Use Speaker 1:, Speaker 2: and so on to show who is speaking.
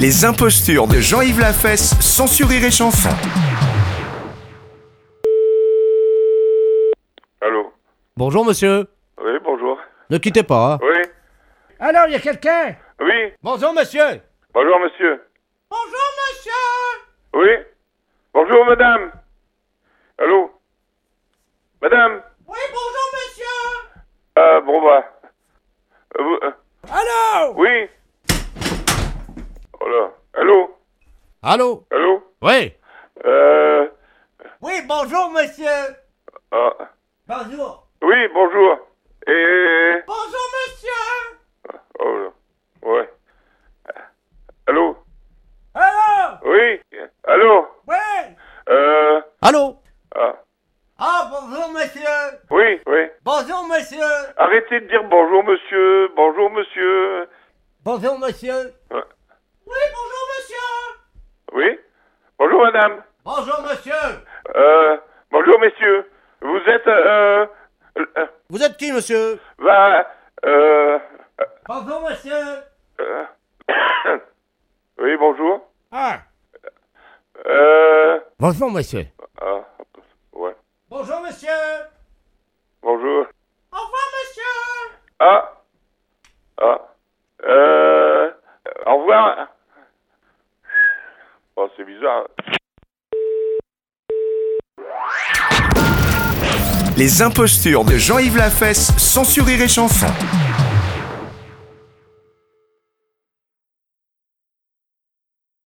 Speaker 1: Les impostures de Jean-Yves Lafesse, sans sourire et chanson.
Speaker 2: Allô
Speaker 3: Bonjour monsieur,
Speaker 2: Oui, bonjour.
Speaker 3: ne quittez pas. hein.
Speaker 2: Oui
Speaker 3: Alors, il y a quelqu'un
Speaker 2: Oui
Speaker 3: Bonjour monsieur
Speaker 2: Bonjour, monsieur. Bonjour, monsieur Oui Bonjour, madame Allô Madame
Speaker 4: Oui, bonjour, monsieur
Speaker 2: Ah, bon, bah... Euh, vous- euh,
Speaker 4: Allô
Speaker 2: oui Oh là Allô
Speaker 3: Allô
Speaker 2: Allô
Speaker 3: Oui
Speaker 2: Euh...
Speaker 4: Oui, bonjour, monsieur
Speaker 2: ah,
Speaker 4: Bonjour
Speaker 2: oui, bonjour. Et...
Speaker 4: Bonjour, monsieur
Speaker 2: Oh là. Ouais. Allô
Speaker 4: Allô
Speaker 2: Oui Allô
Speaker 4: Oui
Speaker 2: Euh...
Speaker 3: Allô
Speaker 2: Ah,
Speaker 4: Ah, bonjour, monsieur
Speaker 2: oui, oui.
Speaker 4: Bonjour, monsieur
Speaker 2: Arrêtez de dire bonjour monsieur, bonjour monsieur.
Speaker 4: Bonjour, monsieur
Speaker 2: Ouais.
Speaker 4: Oui, bonjour, monsieur
Speaker 2: Oui Bonjour madame.
Speaker 4: Bonjour, monsieur
Speaker 2: Euh, bonjour messieurs. Vous êtes... Euh, euh,
Speaker 3: Vous êtes qui monsieur
Speaker 2: va... Euh,
Speaker 4: Bonjour, monsieur
Speaker 2: euh, oui, bonjour.
Speaker 3: Ah
Speaker 2: Euh,
Speaker 3: Bonjour monsieur
Speaker 2: ah, ouais.
Speaker 4: Bonjour, monsieur
Speaker 2: Bonjour.
Speaker 4: Au revoir, monsieur
Speaker 2: Ah. Ah. Euh, au revoir. Oh, c'est bizarre.
Speaker 1: Les impostures de Jean-Yves Lafesse, sans sourire et chanson.